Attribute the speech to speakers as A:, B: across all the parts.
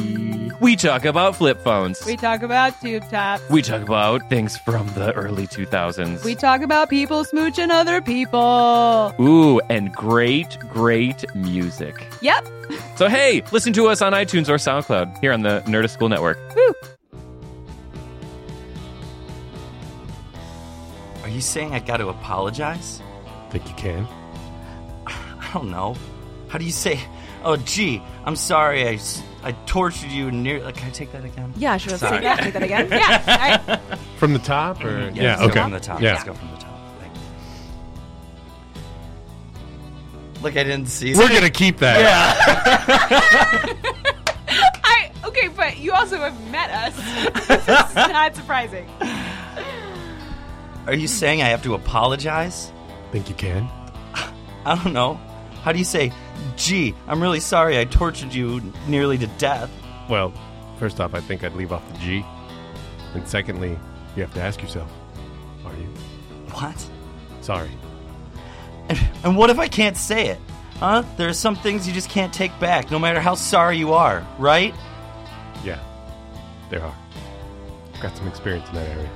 A: We talk about flip phones.
B: We talk about tube tops.
A: We talk about things from the early 2000s.
B: We talk about people smooching other people.
A: Ooh, and great, great music.
B: Yep.
A: So hey, listen to us on iTunes or SoundCloud here on the Nerdist School Network.
B: Woo.
C: Are you saying I got to apologize?
D: Think you can?
C: I don't know. How do you say? Oh, gee, I'm sorry. I, s- I tortured you. Near. Like, can I take that again?
B: Yeah, sure. Let's
C: Sorry.
B: take that, take that again. Yeah. all right.
D: From the top? Or?
C: Yeah, let's
D: yeah,
C: go
D: okay.
C: From the top.
D: Yeah.
C: Let's go from the top. Thank you. Look, I didn't see.
D: We're going to keep that. Yeah.
B: I, okay, but you also have met us. It's not surprising.
C: Are you saying I have to apologize?
D: Think you can?
C: I don't know. How do you say? Gee, I'm really sorry. I tortured you nearly to death.
D: Well, first off, I think I'd leave off the G. And secondly, you have to ask yourself, are you
C: What?
D: sorry?
C: And what if I can't say it? Huh? There are some things you just can't take back, no matter how sorry you are, right?
D: Yeah, there are. Got some experience in that area.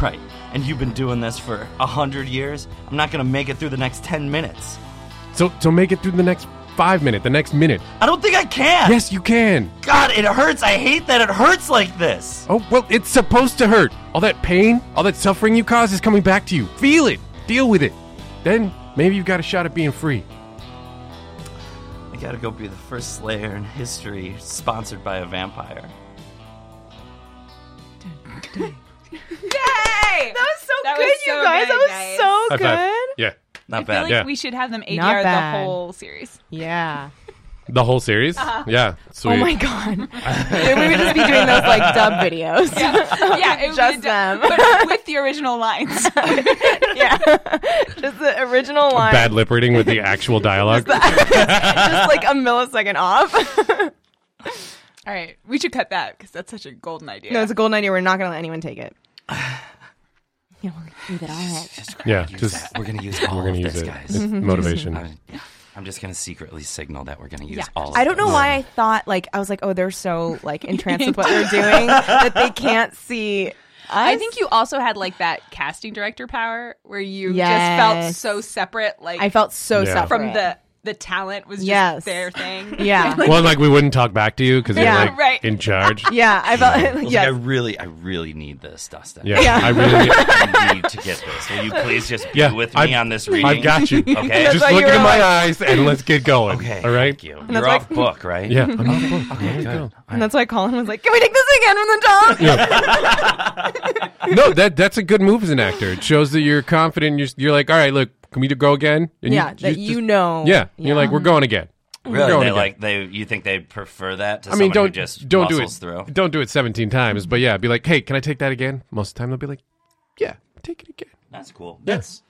C: Right. And you've been doing this for a hundred years. I'm not gonna make it through the next ten minutes.
D: So, so make it through the next five minute, the next minute.
C: I don't think I can.
D: Yes, you can.
C: God, it hurts. I hate that it hurts like this.
D: Oh, well, it's supposed to hurt. All that pain, all that suffering you cause is coming back to you. Feel it. Deal with it. Then maybe you've got a shot at being free.
C: I gotta go be the first Slayer in history sponsored by a vampire.
B: Yay!
E: That was so
B: That
E: good,
B: was
E: you
B: so
E: guys.
B: good, guys.
E: That was so good.
D: Yeah.
C: Not
B: I feel
C: bad.
B: like
D: Yeah.
B: we should have them
E: Not
B: ADR the
E: bad.
B: whole series.
E: Yeah.
D: The whole series? Yeah. Sweet.
E: Oh my god. then we would just be doing those like dub videos.
B: Yeah, yeah it would
E: Just
B: be
E: them.
B: but with the original lines.
E: Yeah. just the original line.
D: Bad lip reading with the actual dialogue.
E: just like a millisecond off.
B: All right, we should cut that because that's such a golden idea.
E: No, it's a golden idea. We're not gonna let anyone take it. Yeah, we're gonna leave it all right.
D: yeah.
C: Use
D: Just
C: that. we're gonna use all
D: we're gonna
C: of
D: use
C: this,
D: it. Mm-hmm.
C: guys. Mm-hmm.
D: It's motivation.
C: I'm, yeah, I'm just gonna secretly signal that we're gonna use
B: Yeah.
C: all. Of
E: I don't know
C: this.
E: why I thought like I was like, oh, they're so like entranced with what they're doing that they can't see. Us.
B: I think you also had like that casting director power where you just felt
E: Yes.
B: so separate, like
E: I felt so
D: Yeah.
E: separate
B: from the the talent was just
E: Yes.
B: their thing.
E: Yeah.
D: Well, like we wouldn't talk back to you because
E: Yeah,
D: you're like
B: right.
D: in charge.
E: yeah. I felt
C: Like,
E: like, yes.
C: I really, I really need this, Dustin.
D: Yeah.
E: Yeah.
D: I really.
C: I need to get this. Will you please just be
D: Yeah,
C: with me
D: I've-
C: on this reading?
D: I've got you.
C: Okay.
E: That's
D: Just
E: why
D: look
E: you were
D: into my
E: like-
D: eyes and let's get going.
C: Okay.
D: All right.
C: Thank you.
E: that's
C: You're
E: like-
C: off book, right?
D: Yeah. I'm on board. There
C: Okay,
D: you go.
C: good.
E: and that's why Colin was like, "Can we take this again from the top?"
D: no, that that's a good move as an actor. It shows that you're confident. You're, you're like, all right, look, can we go again? And
E: Yeah, that you
D: just-
E: know.
D: Yeah, you're like, we're going again. We're
C: Really?
D: going
C: They
D: again.
C: like they? You think they prefer that to
D: I mean,
C: someone who
D: don't
C: just
D: don't do it.
C: muscles through?
D: Don't do it 17 times. But yeah, be like, hey, can I take that again? Most of the time they'll be like, yeah, take it again.
C: That's cool. That's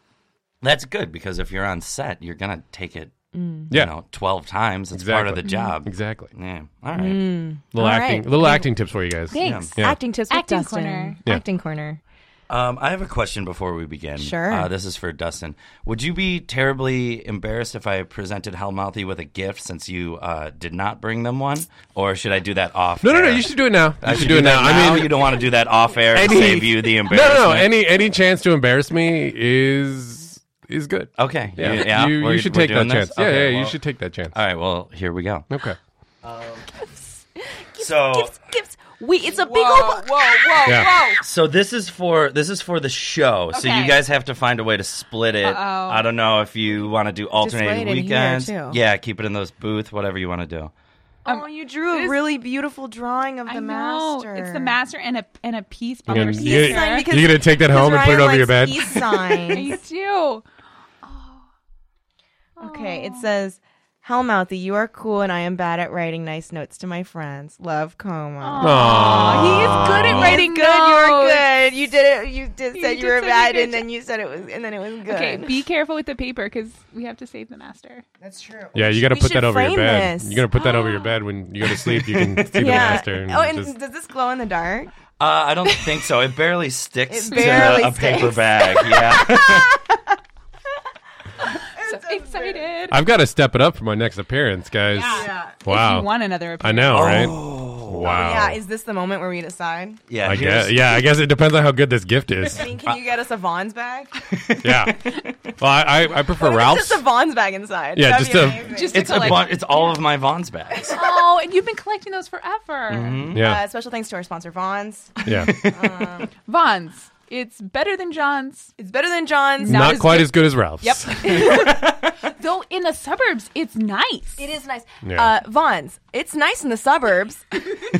C: that's good because if you're on set, you're gonna take it.
D: Yeah,
C: You know, twelve times. It's part of the
D: Exactly. Mm,
C: job.
D: exactly.
C: Yeah. All right.
D: Little
E: All
D: acting,
E: right.
D: little acting tips for you guys.
E: Thanks.
D: Yeah.
E: Acting tips with
B: Acting
E: Dustin.
B: corner.
D: Yeah.
E: Acting corner.
C: Um, I have a question before we begin.
E: Sure.
C: Uh, this is for Dustin. Would you be terribly embarrassed if I presented Hellmouthy with a gift since you uh, did not bring them one, or should I do that off?
D: No, no, no.
C: air?
D: You should do it now. You
C: I
D: should, do it now.
C: that
D: I mean,
C: you don't want to do that off air to
D: Any-
C: save you the
D: no, no,
C: embarrassment.
D: no. Any any chance to embarrass me is is good.
C: Okay.
D: Yeah,
C: You,
D: you,
C: We're-
D: you should
C: we're
D: take that
C: doing this?
D: chance. Yeah,
C: Okay,
D: yeah, you
C: well-
D: should take that chance.
C: All right. Well, here we go.
D: Okay.
C: So,
E: Gifts, gifts. Wait, it's a big
B: Whoa, whoa,
E: old.
B: whoa,
D: Yeah.
B: whoa!
C: so this is for this is for the show. So you
B: Okay.
C: guys have to find a way to split it.
B: Uh-oh.
C: I don't know if you want to do alternating
E: it in here,
C: weekends.
E: too.
C: Yeah, keep it in those booth. Whatever you want to do.
E: Oh, you drew a
B: this-
E: really beautiful drawing of the
B: I know
E: master.
B: it's the master and a and a piece
D: gonna-
B: bumper
D: you-
B: sticker.
E: Sign because-
D: You gonna take that
E: because
D: home and put
E: Ryan
D: it over your
E: likes
D: bed?
E: peace signs.
B: I do.
E: okay, it says Hellmouthy, you are cool, and I am bad at writing nice notes to my friends. Love, Coma.
D: Aw.
B: He is good at writing
E: Good, you were
B: notes.
E: good. You did it. You did
B: You
E: said you,
B: did
E: were
B: such a
E: bad,
B: good
E: and then you said it was, and then it was good.
B: Okay, be careful with the paper because we have to save the master.
E: that's true.
D: Yeah, you got to
E: We
D: put
E: should
D: that over your
E: frame
D: bed.
E: this. Oh.
D: You got to put that over your bed when you go to sleep. You can see the
E: Yeah.
D: master. And
E: oh, and
D: just-
E: does this glow in the dark?
C: Uh, I don't think so. It barely sticks
E: It barely
C: to a paper
E: sticks.
C: bag. Yeah.
B: So excited.
D: I've got to step it up for my next appearance, guys.
E: Yeah.
D: Wow.
B: If you want another
D: I
B: opinion.
D: know, right?
C: Oh.
D: Wow.
E: Yeah. Is this the moment where we decide?
C: Yeah.
D: I
C: here's-
D: guess. Yeah, I guess it depends on how good this gift is.
E: I mean, can you get us a Vaughn's bag?
D: yeah. Well, I, I, I prefer Ralph's.
E: Just a Vaughn's bag inside.
D: Yeah,
E: That'd
D: just
E: be
D: a-
E: amazing.
B: Just
C: It's
B: to
C: a
B: collect-
C: bun- it's all of my Vaughn's bags.
B: Oh, and you've been collecting those forever.
D: yeah,
E: Uh, special thanks to our sponsor, Vaughn's.
D: yeah.
B: Vaughn's. It's better than John's,
E: It's better than John's.
B: Not
D: Not
B: as
D: quite
B: good-
D: as good as Ralph's.
B: Yep. though in the suburbs, it's nice.
E: It is nice.
D: Yeah.
E: Uh, Vaughn's. It's nice in the suburbs.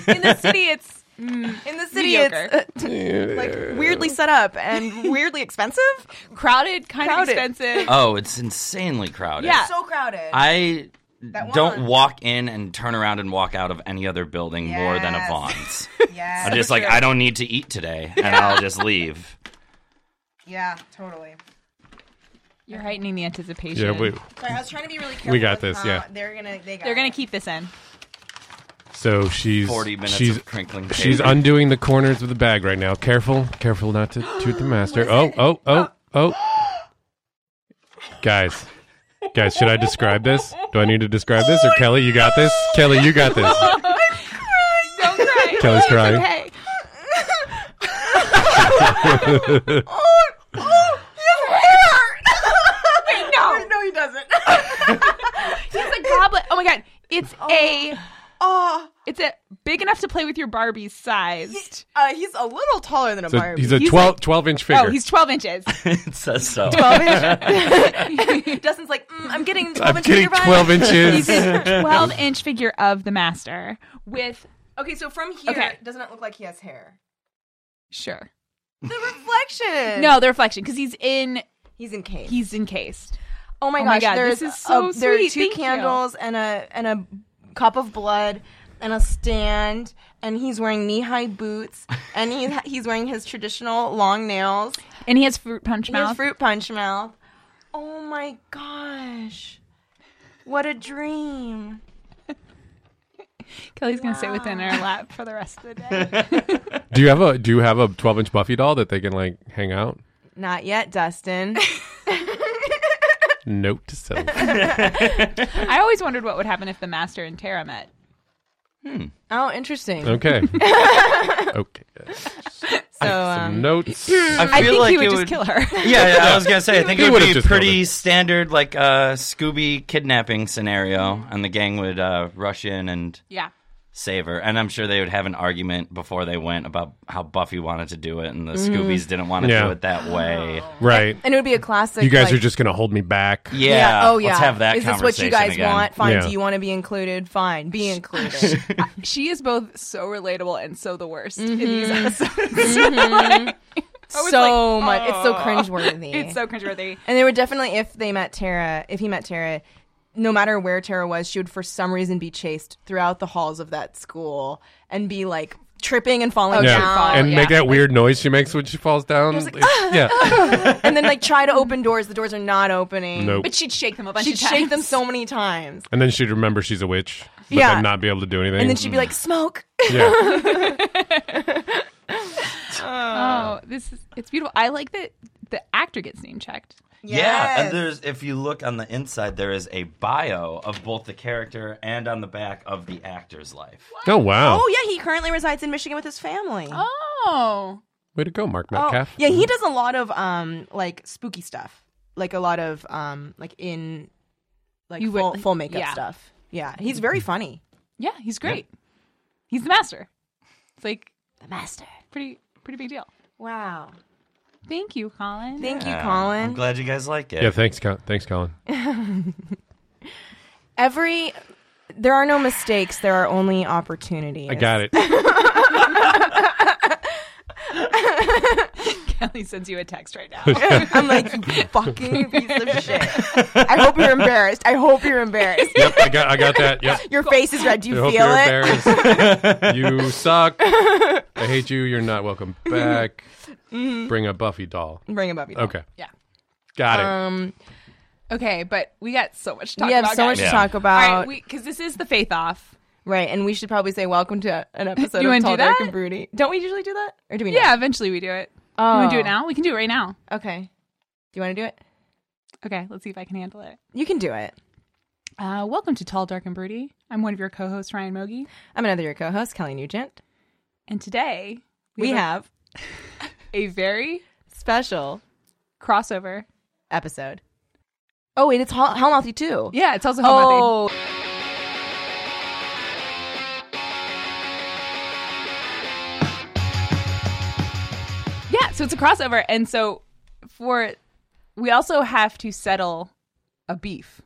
B: In the city, it's
E: In the city,
B: Mediocre.
E: it's uh, like weirdly set up and weirdly expensive.
B: crowded, kind of
E: Crowded.
B: expensive.
C: Oh, it's insanely crowded.
B: Yeah.
E: So crowded.
C: I
E: That
C: don't
E: one.
C: walk in and turn around and walk out of any other building more than a
E: Yes.
C: Vaughn's.
E: yeah.
C: I'm just like, I don't need to eat today, and I'll just leave.
E: Yeah, totally.
B: You're heightening the anticipation.
D: Yeah, we,
E: Sorry, I was trying to be really careful.
D: We got
E: with
D: this,
E: how
D: yeah.
E: They're gonna. They got
B: They're going
E: it.
B: to keep this in.
D: so she's
C: 40 minutes
D: she's
C: of crinkling
D: she's
C: paper.
D: undoing the corners of the bag right now. Careful, careful not to toot the master. Oh, oh, oh, oh. guys, guys, should I describe this? Do I need to describe this, or Kelly, you got this? Kelly, you got this.
B: Don't cry.
D: Kelly's
B: It's
D: crying.
B: okay. Oh, Wait, no.
E: No, he doesn't.
B: It's a goblet. Oh my god. It's a
E: oh,
B: it's a big enough to play with your Barbie sized.
E: uh, he's a little taller than a
D: So
E: Barbie.
D: he's a
B: He's
D: 12, 12 inch figure.
B: Oh, he's 12 inches.
C: it says so.
E: Dustin's like, mm, I'm getting 12
D: I'm
E: inch
D: kidding.
E: finger
D: Twelve
E: vibes.
D: inches.
B: He's a 12 inch figure of the master with
E: Okay, so from here,
B: Okay.
E: it doesn't it look like he has hair?
B: sure.
E: The reflection.
B: No, the reflection because he's in
E: he's in cage.
B: he's encased.
E: Oh my
B: Oh
E: gosh,
B: my God,
E: there's
B: this is so
E: a- There are
B: sweet.
E: two
B: Thank you.
E: candles and a and a cup of blood and a stand and he's wearing knee-high boots and he, he's wearing his traditional long nails.
B: And he has fruit punch
E: He has
B: mouth.
E: fruit punch mouth. Oh my gosh. What a dream.
B: Kelly's gonna sit within our lap for the rest of the day.
D: Do you have a Do you have a twelve inch Buffy doll that they can like hang out?
E: Not yet, Dustin.
D: Note to self.
B: I always wondered what would happen if the master and Tara met.
E: oh, interesting.
D: Okay. okay. guys.
E: So
D: Some
E: um,
D: notes.
B: I think
C: like
B: he would
C: it
B: just kill her.
C: Yeah, yeah, I was gonna say. I think
D: He
C: it would
D: would've
C: be
D: just killed
C: pretty
D: her.
C: standard, like uh, Scooby kidnapping scenario, and the gang would uh, rush in and
B: yeah.
C: save her. And I'm sure they would have an argument before they went about how Buffy wanted to do it, and the Scoobies didn't want to
D: Yeah.
C: do it that way.
D: Right.
E: and it would be a classic
D: You guys
E: like,
D: are just gonna hold me back.
C: Yeah.
E: Oh yeah.
C: Let's have that
E: Is this what
C: conversation
E: you guys
C: again.
E: want? Fine.
D: Yeah.
E: Do you want to be included? Fine. Be included.
B: She is both so relatable and so the worst in these episodes. Mm-hmm. was
E: so
B: like,
E: much. It's so
B: "Oh."
E: cringeworthy.
B: It's so cringeworthy.
E: and they were definitely if they met Tara, if he met Tara, no matter where Tara was, she would for some reason be chased throughout the halls of that school and be like tripping and falling
D: Oh, Yeah.
E: down,
D: and
B: yeah.
D: make that weird noise she makes when she falls down. It's- yeah.
E: and then like try to open doors. The doors are not opening.
D: Nope.
B: But she'd shake them a bunch
E: She'd
B: of times.
E: shake them so many times,
D: And then she'd remember she's a witch, but
E: Yeah.
D: then not be able to do anything.
E: and then she'd be like, "Smoke."
D: yeah.
B: Oh, this is it's beautiful. I like that the actor gets name checked.
C: Yeah,
E: Yes.
C: and there's if you look on the inside, there is a bio of both the character and on the back of the actor's life.
D: Oh wow.
E: Oh yeah, he currently resides in Michigan with his family.
B: Oh.
D: Way to go, Mark
E: Oh,
D: Metcalf. Mm-hmm.
E: yeah, he does a lot of um like spooky stuff, like a lot of um like in like
B: You
E: full,
B: would-
E: full makeup
B: yeah.
E: stuff. Yeah, he's very
D: Mm-hmm.
E: funny.
B: Yeah, he's great. He's the master. It's like
E: The master.
B: pretty pretty big deal.
E: Wow.
B: Thank you, Colin.
E: Thank
C: Yeah,
E: you, Colin.
C: I'm glad you guys like it.
D: Yeah, thanks, Colin. Thanks, Colin.
E: Every there are no mistakes. There are only opportunities.
D: I got it.
B: Kelly sends you a text right now.
E: I'm like, you fucking piece of shit. I hope you're embarrassed. I hope you're embarrassed.
D: Yep, I got, I got that. Yep.
E: Your face is red. Do you
D: I hope
E: feel
D: you're
E: it?
D: embarrassed. you suck. I hate you. You're not welcome back.
E: Mm-hmm.
D: Bring a Buffy doll.
E: Bring him up. you know.
D: Okay.
B: Yeah.
D: Got it.
E: Um,
B: okay, but we got so much to talk
E: we have
B: about.
E: so much
B: guys.
E: to
C: Yeah.
E: talk
B: All
E: about.
B: right, because this is the faith off.
E: right, and we should probably say welcome to an episode
B: You
E: of
B: wanna
E: Tall,
B: do
E: Dark,
B: that?
E: and Broody. Don't we usually do that? Or do we?
B: Yeah, eventually we do it. You
E: Not? Oh.
B: want to do it now? We can do it right now.
E: Okay. Do you want to do it?
B: Okay, let's see if I can handle it.
E: You can do it.
B: Uh, welcome to Tall, Dark, and Broody. I'm one of your co-hosts, Ryan Mogi,
E: I'm another your co-host, Kelly Nugent.
B: and today
E: We have
B: a very
E: special
B: crossover.
E: episode. Oh, and it's Hell- Hellmouthy too.
B: Yeah, it's also Hellmouthy.
E: Oh, Oh.
B: Yeah, so it's a crossover, and so for we also have to settle a beef.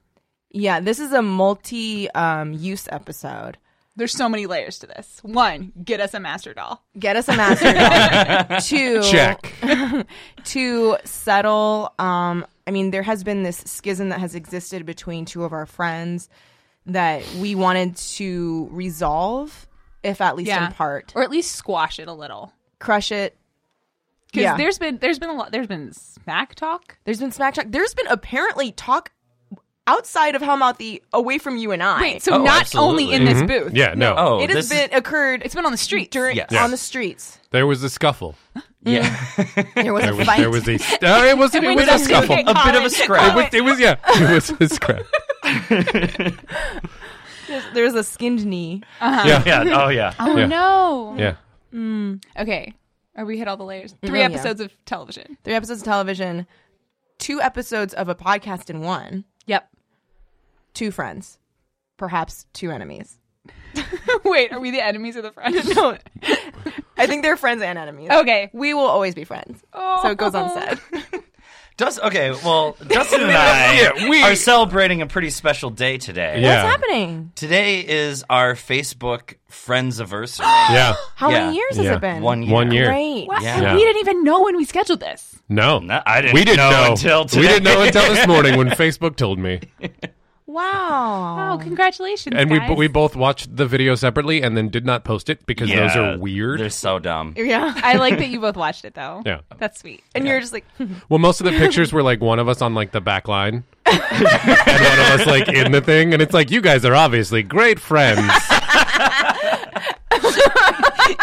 E: yeah. This is a multi-use episode.
B: There's so many layers to this. One, get us a master doll.
E: Get us a master doll. Two,
D: Check.
E: to settle um i mean there has been this schism that has existed between two of our friends that we wanted to resolve if at least in part
B: or at least squash it a little.
E: crush it
B: Because
E: Yeah.
B: there's been there's been a lot there's been smack talk.
E: there's been smack talk there's been apparently talk outside of hellmouthy away from you and i
B: Wait, so
C: Oh,
B: not only
C: absolutely.
B: in this
D: Mhm.
B: booth.
D: Yeah, no.
C: Oh,
E: it has
C: this is-
E: been occurred
B: It's been on the street.
E: during
C: Yes.
E: on
C: Yes.
E: the streets
D: There was a scuffle.
C: yeah,
E: there was
D: There
E: a
D: was,
E: fight
D: there was a. Uh, it wasn't. It was a scuffle.
C: A bit of a scrap.
B: Oh,
D: It was, it was. Yeah. It was a scrap.
E: there was a skinned knee
D: Yeah.
C: yeah, oh yeah.
B: Oh
D: Yeah.
B: no. Mm,
D: Yeah.
B: Okay. Are we hit all the layers? Three
E: Mm, oh, yeah.
B: episodes of television.
E: three episodes of television two episodes of a podcast in one
B: Yep.
E: two friends perhaps two enemies
B: Wait, are we the enemies of the friends?
E: No. I think they're friends and enemies.
B: okay.
E: We will always be friends.
B: Oh.
E: So it goes unsaid.
C: Does okay. Well, Dustin and I
D: Yeah, we-
C: are celebrating a pretty special day today.
D: Yeah.
E: What's happening?
C: Today is our Facebook friends anniversary.
D: Yeah.
E: How
C: Yeah.
E: many years
D: Yeah.
E: has it been?
C: One year.
D: One year.
E: Great.
B: What?
C: Yeah.
B: And
D: Yeah.
B: We didn't even know when we scheduled this.
D: No.
C: No, I didn't
D: we didn't
C: know
D: know,
C: until
D: We didn't
C: today.
D: know until this morning when Facebook told me,
E: Wow.
B: Oh, congratulations.
D: and
B: guys.
D: we we both watched the video separately and then did not post it because
C: Yeah,
D: those are weird.
C: They're so dumb.
E: Yeah.
B: I like that you both watched it though.
D: Yeah.
B: That's sweet.
E: And you're just like,
D: Well, most of the pictures were like one of us on like the back line, and one of us like in the thing, and it's like you guys are obviously great friends.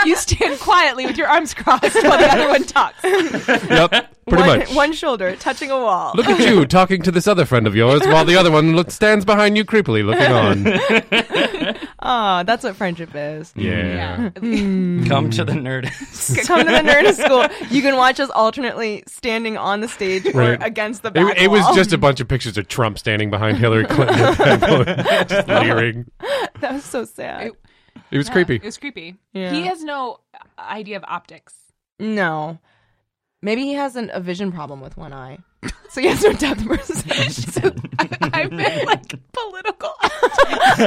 B: you stand quietly with your arms crossed while the other one talks.
D: yep, pretty
E: one,
D: much.
E: one shoulder touching a wall.
D: Look at you talking to this other friend of yours, while the other one look, stands behind you creepily, looking on.
E: Oh, that's what friendship is.
D: Yeah, Mm.
C: Come to the Nerdist.
E: Come to the Nerd School. You can watch us alternately standing on the stage
D: Right.
E: or against the back
D: it, it was
E: wall.
D: just a bunch of pictures of Trump standing behind Hillary Clinton, at that point, just leering.
E: that was so sad.
B: It-
D: It was creepy.
B: It was creepy.
E: Yeah.
B: He has no idea of optics.
E: No. Maybe he has an, a vision problem with one eye. So he has no depth perception.
B: So I, I meant like political.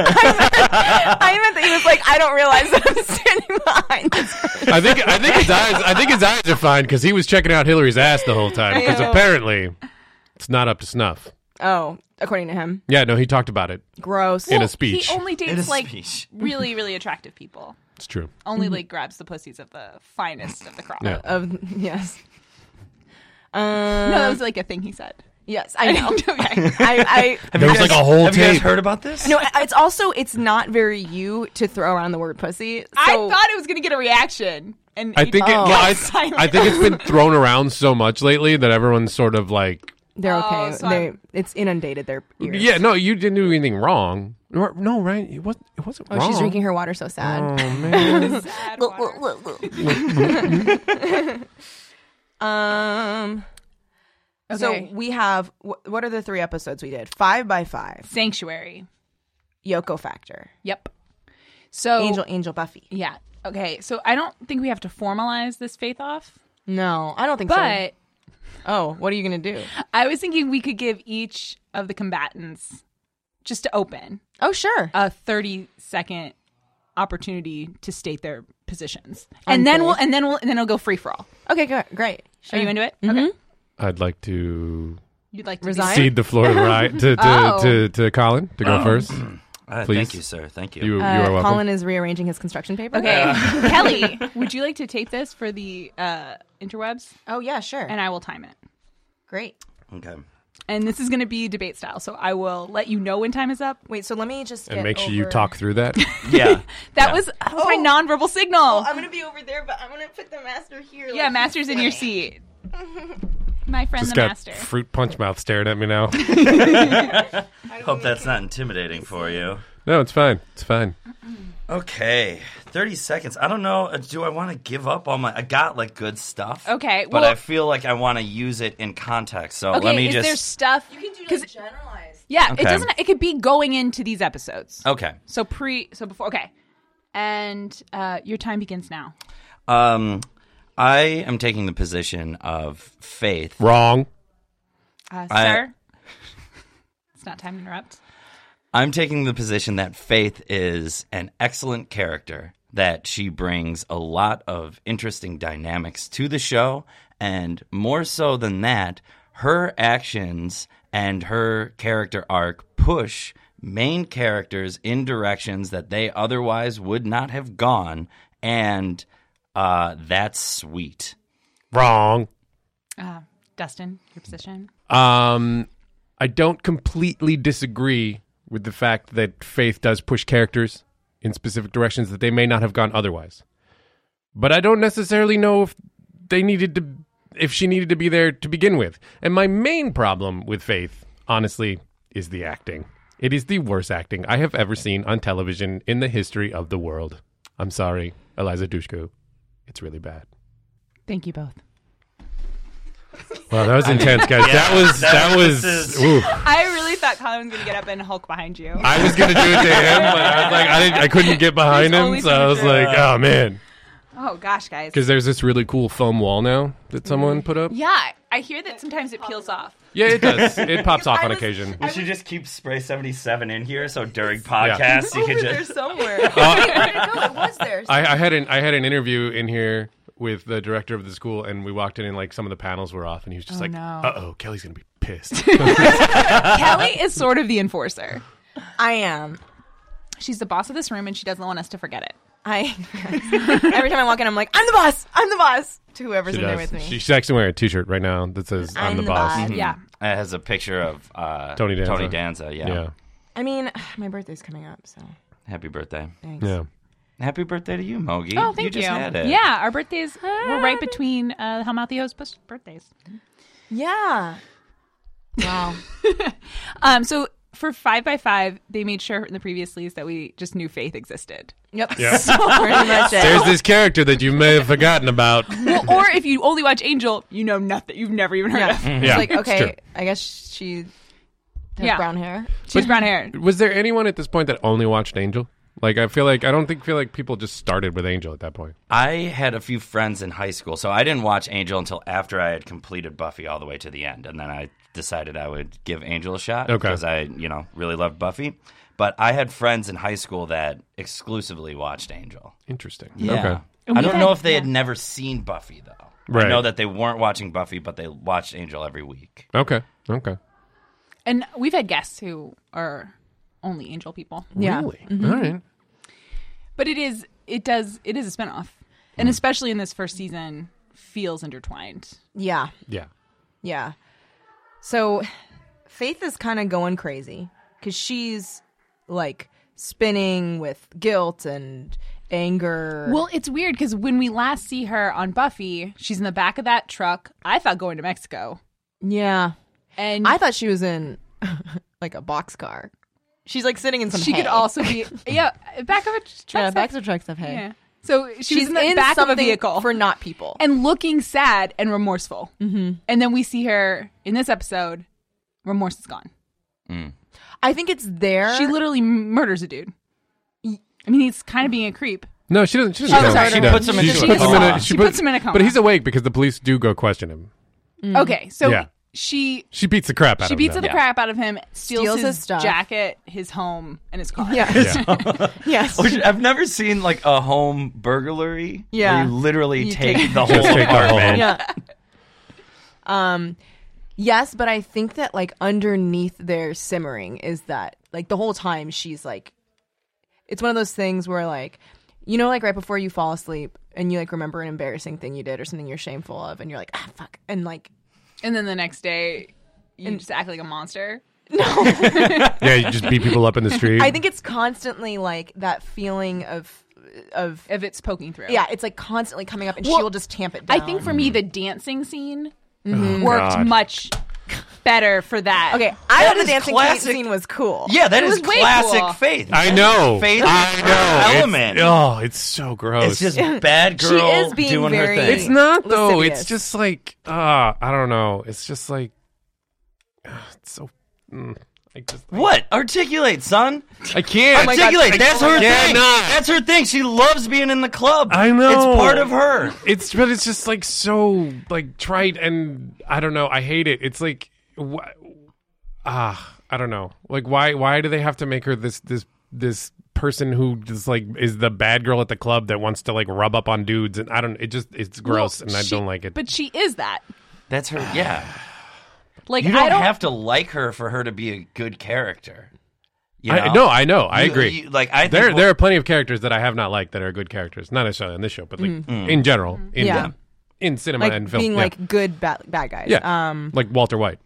E: I meant that he was like, I don't realize that I'm standing behind this person.
D: I think I think his eyes I think his eyes are fine because he was checking out Hillary's ass the whole time because
E: Ew.
D: apparently it's not up to snuff.
E: Oh, according to him.
D: Yeah, no, he talked about it.
E: Gross.
D: In a
B: Well,
D: speech.
B: He only
C: In a
B: dates like
C: speech.
B: really, really attractive people.
D: It's true.
B: Only like grabs the pussies of the finest of the crop.
D: Mm-hmm. Yeah.
E: of yes.
B: No,
E: Um,
B: that was like a thing he said.
E: yes, I know.
B: okay.
E: I, I
D: There was like a whole
C: Have you guys
D: tape.
C: heard about this?
E: no. It's also it's not very you to throw around the word pussy. So
B: I thought it was gonna get a reaction. And
D: I think it,
E: Oh.
D: well, I,
B: Silent.
D: I think it's been thrown around so much lately that everyone's sort of like,
E: they're
B: Oh,
E: okay.
B: so
E: they
B: I'm-
E: it's inundated their ears.
D: yeah, no, you didn't do anything wrong. Or- No, right? It was it wasn't
E: Oh,
D: wrong.
E: she's drinking her water so sad.
D: Oh man.
B: Sad water.
E: um. So
B: Okay.
E: we have wh- what are the three episodes we did? Five by five.
B: Sanctuary.
E: Yoko Factor.
B: Yep. So
E: Angel, Angel, Buffy.
B: Yeah. Okay. So I don't think we have to formalize this faith off,
E: No, I don't think so.
B: but
E: Oh, what are you gonna do?
B: I was thinking we could give each of the combatants just to open
E: Oh, sure.
B: a 30 second opportunity to state their positions. And then
E: faith.
B: we'll and then we'll and then it'll go free for all.
E: Okay, good. Great.
B: Are
D: Mm-hmm.
B: you into it? Okay.
D: I'd like to
B: You'd like to
E: Resign?
B: Be-
D: cede the floor to Ryan to to,
B: Oh.
D: to, to Colin to go first.
C: Uh,
D: Please.
C: Thank you, sir. Thank
D: You,
C: you.
D: you
E: Uh,
D: are welcome.
E: Colin is rearranging his construction paper.
B: okay, Kelly, would you like to tape this for the uh, interwebs?
E: Oh yeah, sure.
B: And I will time it.
E: Great.
C: okay.
B: And this is going to be debate style, so I will let you know when time is up.
E: Wait, so let me just
D: and
E: get
D: make sure you
E: over-
D: talk through that.
C: Yeah.
B: That
C: Yeah.
B: was, that was my nonverbal signal.
E: Oh, I'm gonna be over there, but I'm gonna put the master here.
B: yeah, master's in your seat. My friend,
D: Just
B: the
D: got
B: master.
D: fruit punch mouth staring at me now.
C: Hope that's not intimidating for you.
D: no, it's fine. It's fine.
C: Okay, thirty seconds. I don't know. uh, Do I want to give up on my? I got like good stuff.
B: Okay,
C: but
B: well-
C: I feel like I want to use it in context. So
B: okay,
C: let me
B: is
C: just.
B: there stuff?
E: Because generalized.
B: Yeah,
C: Okay. Oh.
B: it doesn't. It could be going into these episodes.
C: Okay.
B: So pre, so before. Okay, and uh, your time begins now.
C: Um, I am taking the position of faith.
D: Wrong.
B: Uh,
C: I-
B: sir, it's not time to interrupt.
C: I'm taking the position that Faith is an excellent character, that she brings a lot of interesting dynamics to the show. And more so than that, her actions and her character arc push main characters in directions that they otherwise would not have gone. And uh, that's sweet.
D: Wrong.
B: Uh, Dustin, your position.
D: Um, I don't completely disagree with the fact that faith does push characters in specific directions that they may not have gone otherwise. But I don't necessarily know if they needed to, if she needed to be there to begin with. And my main problem with Faith, honestly, is the acting. It is the worst acting I have ever seen on television in the history of the world. I'm sorry, Eliza Dushku. It's really bad.
B: Thank you both.
D: Wow, that was intense, guys. that was that, was.
C: this is-
D: oof.
B: I really thought Colin was gonna get up and Hulk behind you.
D: I was gonna do it to him, but I was like, I, didn't, I couldn't get behind
B: There's
D: him,
B: only
D: so I was
B: two.
D: like, oh man,
B: oh gosh, guys.
D: because there's this really cool foam wall now that someone put up.
B: Yeah, I hear that sometimes it peels off.
D: Yeah, it does. It pops off
E: I
D: on
E: was-
D: occasion.
C: We should just keep Spray 77 in here so during
D: podcasts
C: you
E: Over there
C: Uh,
E: somewhere. Wait, where did it go? It was there.
D: I, I had an I had an interview in here with the director of the school, and we walked in, and like some of the panels were off, and he was just like,
B: no.
D: uh oh, Kelly's gonna be pissed.
C: Uh-huh.
B: Kelly is sort of the enforcer.
E: I am.
B: She's the boss of this room, and she doesn't want us to forget it.
E: I every time I walk in, I'm like, I'm the boss. I'm the boss. To whoever's
D: She
E: in there
D: does.
E: with me.
D: She- she's actually wearing a T-shirt right now that says "I'm, the, boss."
C: Hmm.
D: Mm-hmm.
B: Yeah.
C: It has a picture of uh,
D: Tony Danza.
C: Tony Danza, yeah.
D: Yeah,
E: I mean, my birthday's coming up, so
C: Happy birthday.
E: thanks.
D: yeah.
C: Happy birthday to you, Mogi.
B: Oh, thank you.
C: just had it.
B: Yeah, our birthdays were right between uh, Hamathios' bus- birthdays.
E: Yeah. Wow.
B: Um, so for five by five, they made sure in the previous leads that we just knew faith existed.
E: yep.
D: Yeah.
E: So pretty much it.
D: There's this character that you may have forgotten about.
B: Well, or if you only watch Angel, you know nothing. You've never even heard of.
D: Mm-hmm. Yeah,
E: like
D: it's
E: okay,
D: true.
E: I guess she has
B: Yeah.
E: brown hair.
B: She's brown hair.
D: Was there anyone at this point that only watched Angel? Like I feel like I don't think feel like people just started with Angel at that point.
C: I had a few friends in high school, so I didn't watch Angel until after I had completed Buffy all the way to the end. And then I decided I would give Angel a shot
D: Okay.
C: because I, you know, really loved Buffy. But I had friends in high school that exclusively watched Angel.
D: Interesting.
C: Yeah.
D: Okay.
C: I don't
B: had-
C: know if they had never seen Buffy, though.
D: Right.
C: I know that they weren't watching Buffy, but they watched Angel every week.
D: Okay. Okay.
B: And we've had guests who are only Angel people.
E: Yeah.
D: Really? All right.
B: But it is, it does, it is a spinoff, and especially in this first season, feels intertwined.
E: Yeah.
D: Yeah.
E: Yeah. So Faith is kind of going crazy because she's like spinning with guilt and anger.
B: Well, it's weird because when we last see her on Buffy, she's in the back of that truck. I thought going to Mexico,
E: yeah.
B: and
E: I thought she was in like a boxcar. She's like sitting in some.
B: she could
E: hay.
B: also be yeah back of a tr- truck.
E: yeah,
B: stop.
E: back to trucks of hay.
B: Yeah. So she was in the back of a
E: something
B: vehicle
E: for not people.
B: and looking sad and remorseful. Mm-hmm. And then we see her in this episode. Remorse is gone.
E: I think it's there.
B: She literally m- murders a dude. I mean, he's kind of being a creep.
D: No, she doesn't. She doesn't.
B: Oh,
D: kill
B: sorry,
D: him.
B: she
D: does.
C: puts him in
D: She
C: a
D: puts him in
C: coma.
D: a.
B: She puts him in a coma.
D: But he's awake because the police do go question him.
B: Okay, so
D: Yeah.
B: she
D: She beats the crap out
B: she
D: of
B: beats
D: him.
B: the
C: Yeah.
B: crap out of him, steals,
E: Steals
B: his,
E: his stuff.
B: jacket, his home, and his car.
E: yeah.
D: Yeah.
E: yes.
C: Which I've never seen like a home burglary.
E: Yeah.
C: Where you literally
E: You
C: take
E: take-
C: the whole
D: take the whole
C: apartment.
D: home.
E: yeah. Um, yes, but I think that like underneath their simmering is that like the whole time she's like, it's one of those things where like, you know, like right before you fall asleep and you like remember an embarrassing thing you did or something you're shameful of, and you're like, ah, fuck, and like,
B: And then the next day, you just act like a monster.
E: no.
D: Yeah, you just beat people up in the street.
E: I think it's constantly like that feeling of of
B: If it's poking through.
E: yeah, it's like constantly coming up, and
B: Well,
E: she will just tamp it
B: I
E: down.
B: think for me, the dancing scene
D: Oh,
B: Mm-hmm. worked
D: God.
B: much better for that.
E: Okay, I thought the
C: is
E: dancing
C: classic.
E: scene was cool.
C: Yeah, that
B: was
C: is
B: way
C: classic
B: cool.
C: faith.
D: I know.
C: Faith
D: I know.
C: element.
D: It's, oh, it's so gross.
C: It's just bad girl
E: is being
C: doing
E: very-
C: her thing.
D: It's not though.
E: Lascivious.
D: It's just like uh I don't know. It's just like ah, it's so. Mm, I just
C: what? Articulate, son.
D: I can't.
C: Articulate. Oh That's her
D: Oh Yeah,
C: thing.
D: nah.
C: That's her thing. She loves being in the club.
D: I know.
C: It's part of her.
D: It's but it's just like so like trite and I don't know. I hate it. It's like wh- ah I don't know. Like why why do they have to make her this this this person who just like is the bad girl at the club that wants to like rub up on dudes and I don't. It just it's gross
B: Well,
D: and I
B: she-
D: don't like it.
B: But she is that.
C: That's her. Yeah.
B: Like
C: You
B: I
C: don't,
B: don't
C: have to like her for her to be a good character. You know?
D: I, no, I know. I
C: You-
D: agree.
C: you- like I think
D: there,
C: wh-
D: there are plenty of characters that I have not liked that are good characters. Not necessarily on this show, but like in general, in
E: Mm-hmm. Yeah.
D: in cinema
E: like
D: and film,
E: being
D: yeah.
E: like good bad, bad guys.
D: Yeah.
E: Um,
D: like Walter White.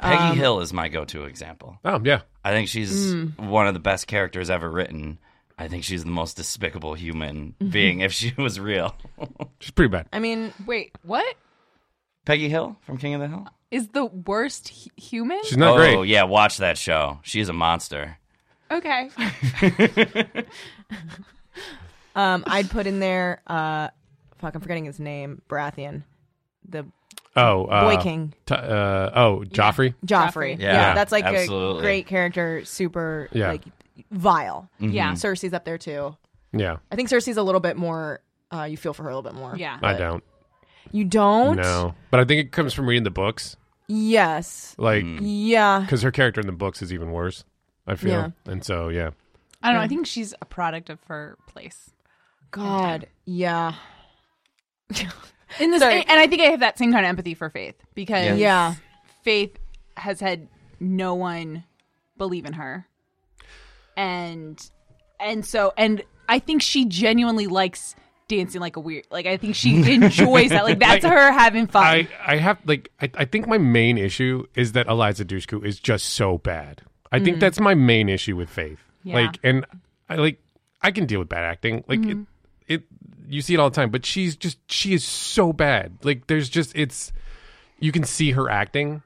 C: Peggy
B: Um,
C: Hill is my go-to example.
D: Oh yeah,
C: I think she's
B: Hmm.
C: one of the best characters ever written. I think she's the most despicable human
B: Mm-hmm.
C: being if she was real.
D: she's pretty bad.
E: I mean,
B: wait. What
C: Peggy Hill from King of the Hill.
B: is the worst hu- human?
D: She's not
C: oh
D: great.
C: yeah, watch that show. She's a monster.
B: Okay.
E: um, I'd put in there. Uh, fuck, I'm forgetting his name. Baratheon, the
D: Oh, uh,
E: boy king,
D: T- uh, oh, Joffrey.
E: Joffrey.
B: Joffrey.
C: Yeah,
E: that's like
C: absolutely.
E: a great character. Super
D: Yeah. Hmm.
E: like vile.
B: Yeah.
E: Cersei's up there too.
D: Yeah,
E: I think Cersei's a little bit more. Uh, you feel for her a little bit more.
B: Yeah.
D: I don't
E: You don't?
D: know, but I think it comes from reading the books,
E: Yes.
D: like
C: Mm-hmm.
E: Yeah.
D: because her character in the books is even worse. I feel,
E: Yeah.
D: and so yeah,
B: I don't know. I think she's a product of her place.
E: God. Yeah.
B: In this,
E: Sorry.
B: and I think I have that same kind of empathy for Faith because
E: Yeah.
B: Faith has had no one believe in her, and and so and I think she genuinely likes dancing like a weird. Like I think she enjoys that. Like that's her having fun.
D: I I have like I, I think my main issue is that Eliza Dushku is just so bad. I
E: Mm.
D: think that's my main issue with Faith.
B: Yeah.
D: Like and I like I can deal with bad acting. Like
E: Mm-hmm.
D: it it you see it all the time, but she's just she is so bad. Like there's just it's you can see her acting.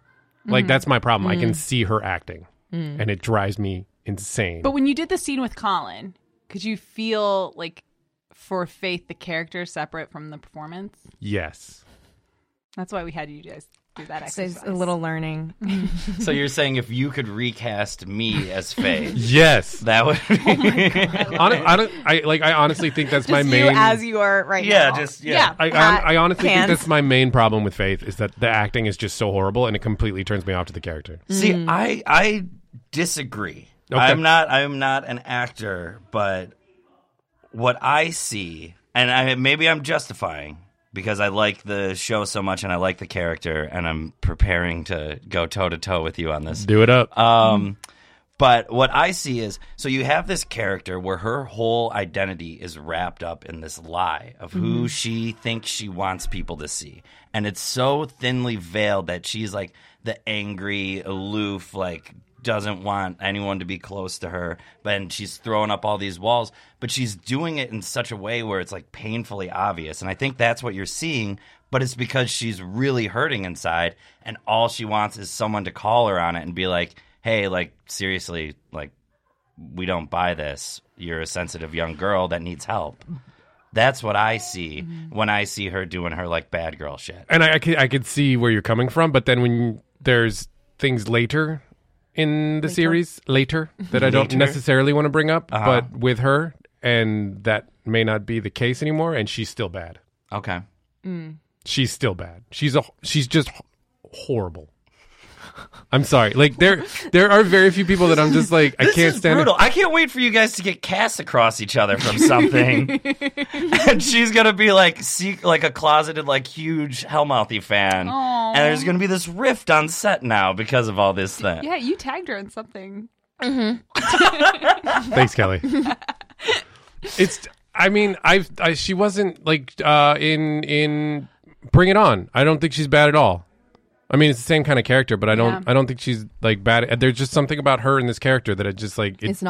D: Like
E: Mm-hmm.
D: that's my problem. I can
E: Mm.
D: see her acting. And it drives me insane.
B: But when you did the scene with Colin, could you feel like for Faith the character separate from the performance?
D: yes.
B: That's why we had you guys do that
E: So it's
B: exercise.
E: a little learning.
C: So you're saying if you could recast me as Faye,
D: Yes.
C: that would be
D: Hon- I don't I like I honestly think that's my
E: Just
D: main
E: you as you are right
C: yeah,
E: now.
C: just
B: yeah.
C: yeah.
D: I,
E: Pat
D: I, I honestly
E: Cans.
D: think that's my main problem with Faith is that the acting is just so horrible and it completely turns me off to the character.
C: See, I I disagree.
D: Okay.
C: I'm not I'm not an actor, but what I see, and I maybe I'm justifying because I like the show so much and I like the character, and I'm preparing to go toe to toe with you on this.
D: Do it up.
C: Um, but what I see is so you have this character where her whole identity is wrapped up in this lie of who she thinks she wants people to see. And it's so thinly veiled that she's like the angry, aloof, like doesn't want anyone to be close to her. But and she's throwing up all these walls, but she's doing it in such a way where it's like painfully obvious. And I think that's what you're seeing but it's because she's really hurting inside and all she wants is someone to call her on it and be like hey like seriously like we don't buy this you're a sensitive young girl that needs help that's what i see when i see her doing her like bad girl shit
D: and I, I, could, I could see where you're coming from, but then when there's things later in the series, later, that I don't
C: Later?
D: necessarily want to bring up, but with her, and that may not be the case anymore, and she's still bad.
C: okay
D: She's still bad. She's a she's just h- horrible. I'm sorry. Like there there are very few people that I'm just like I
C: This
D: can't
C: is
D: stand.
C: brutal. I can't wait for you guys to get cast across each other from something, and she's gonna be like see, like a closeted like huge Hellmouthy fan,
B: Aw.
C: and there's gonna be this rift on set now because of all this thing.
B: Yeah, you tagged her on something.
D: It. Thanks, Kelly. it's I mean, I've I, she wasn't like uh in in Bring It On. I don't think she's bad at all. I mean, it's the same kind of character, but I don't
B: Yeah.
D: I don't think she's like bad. There's just something about her in this character that it just like it
E: It's not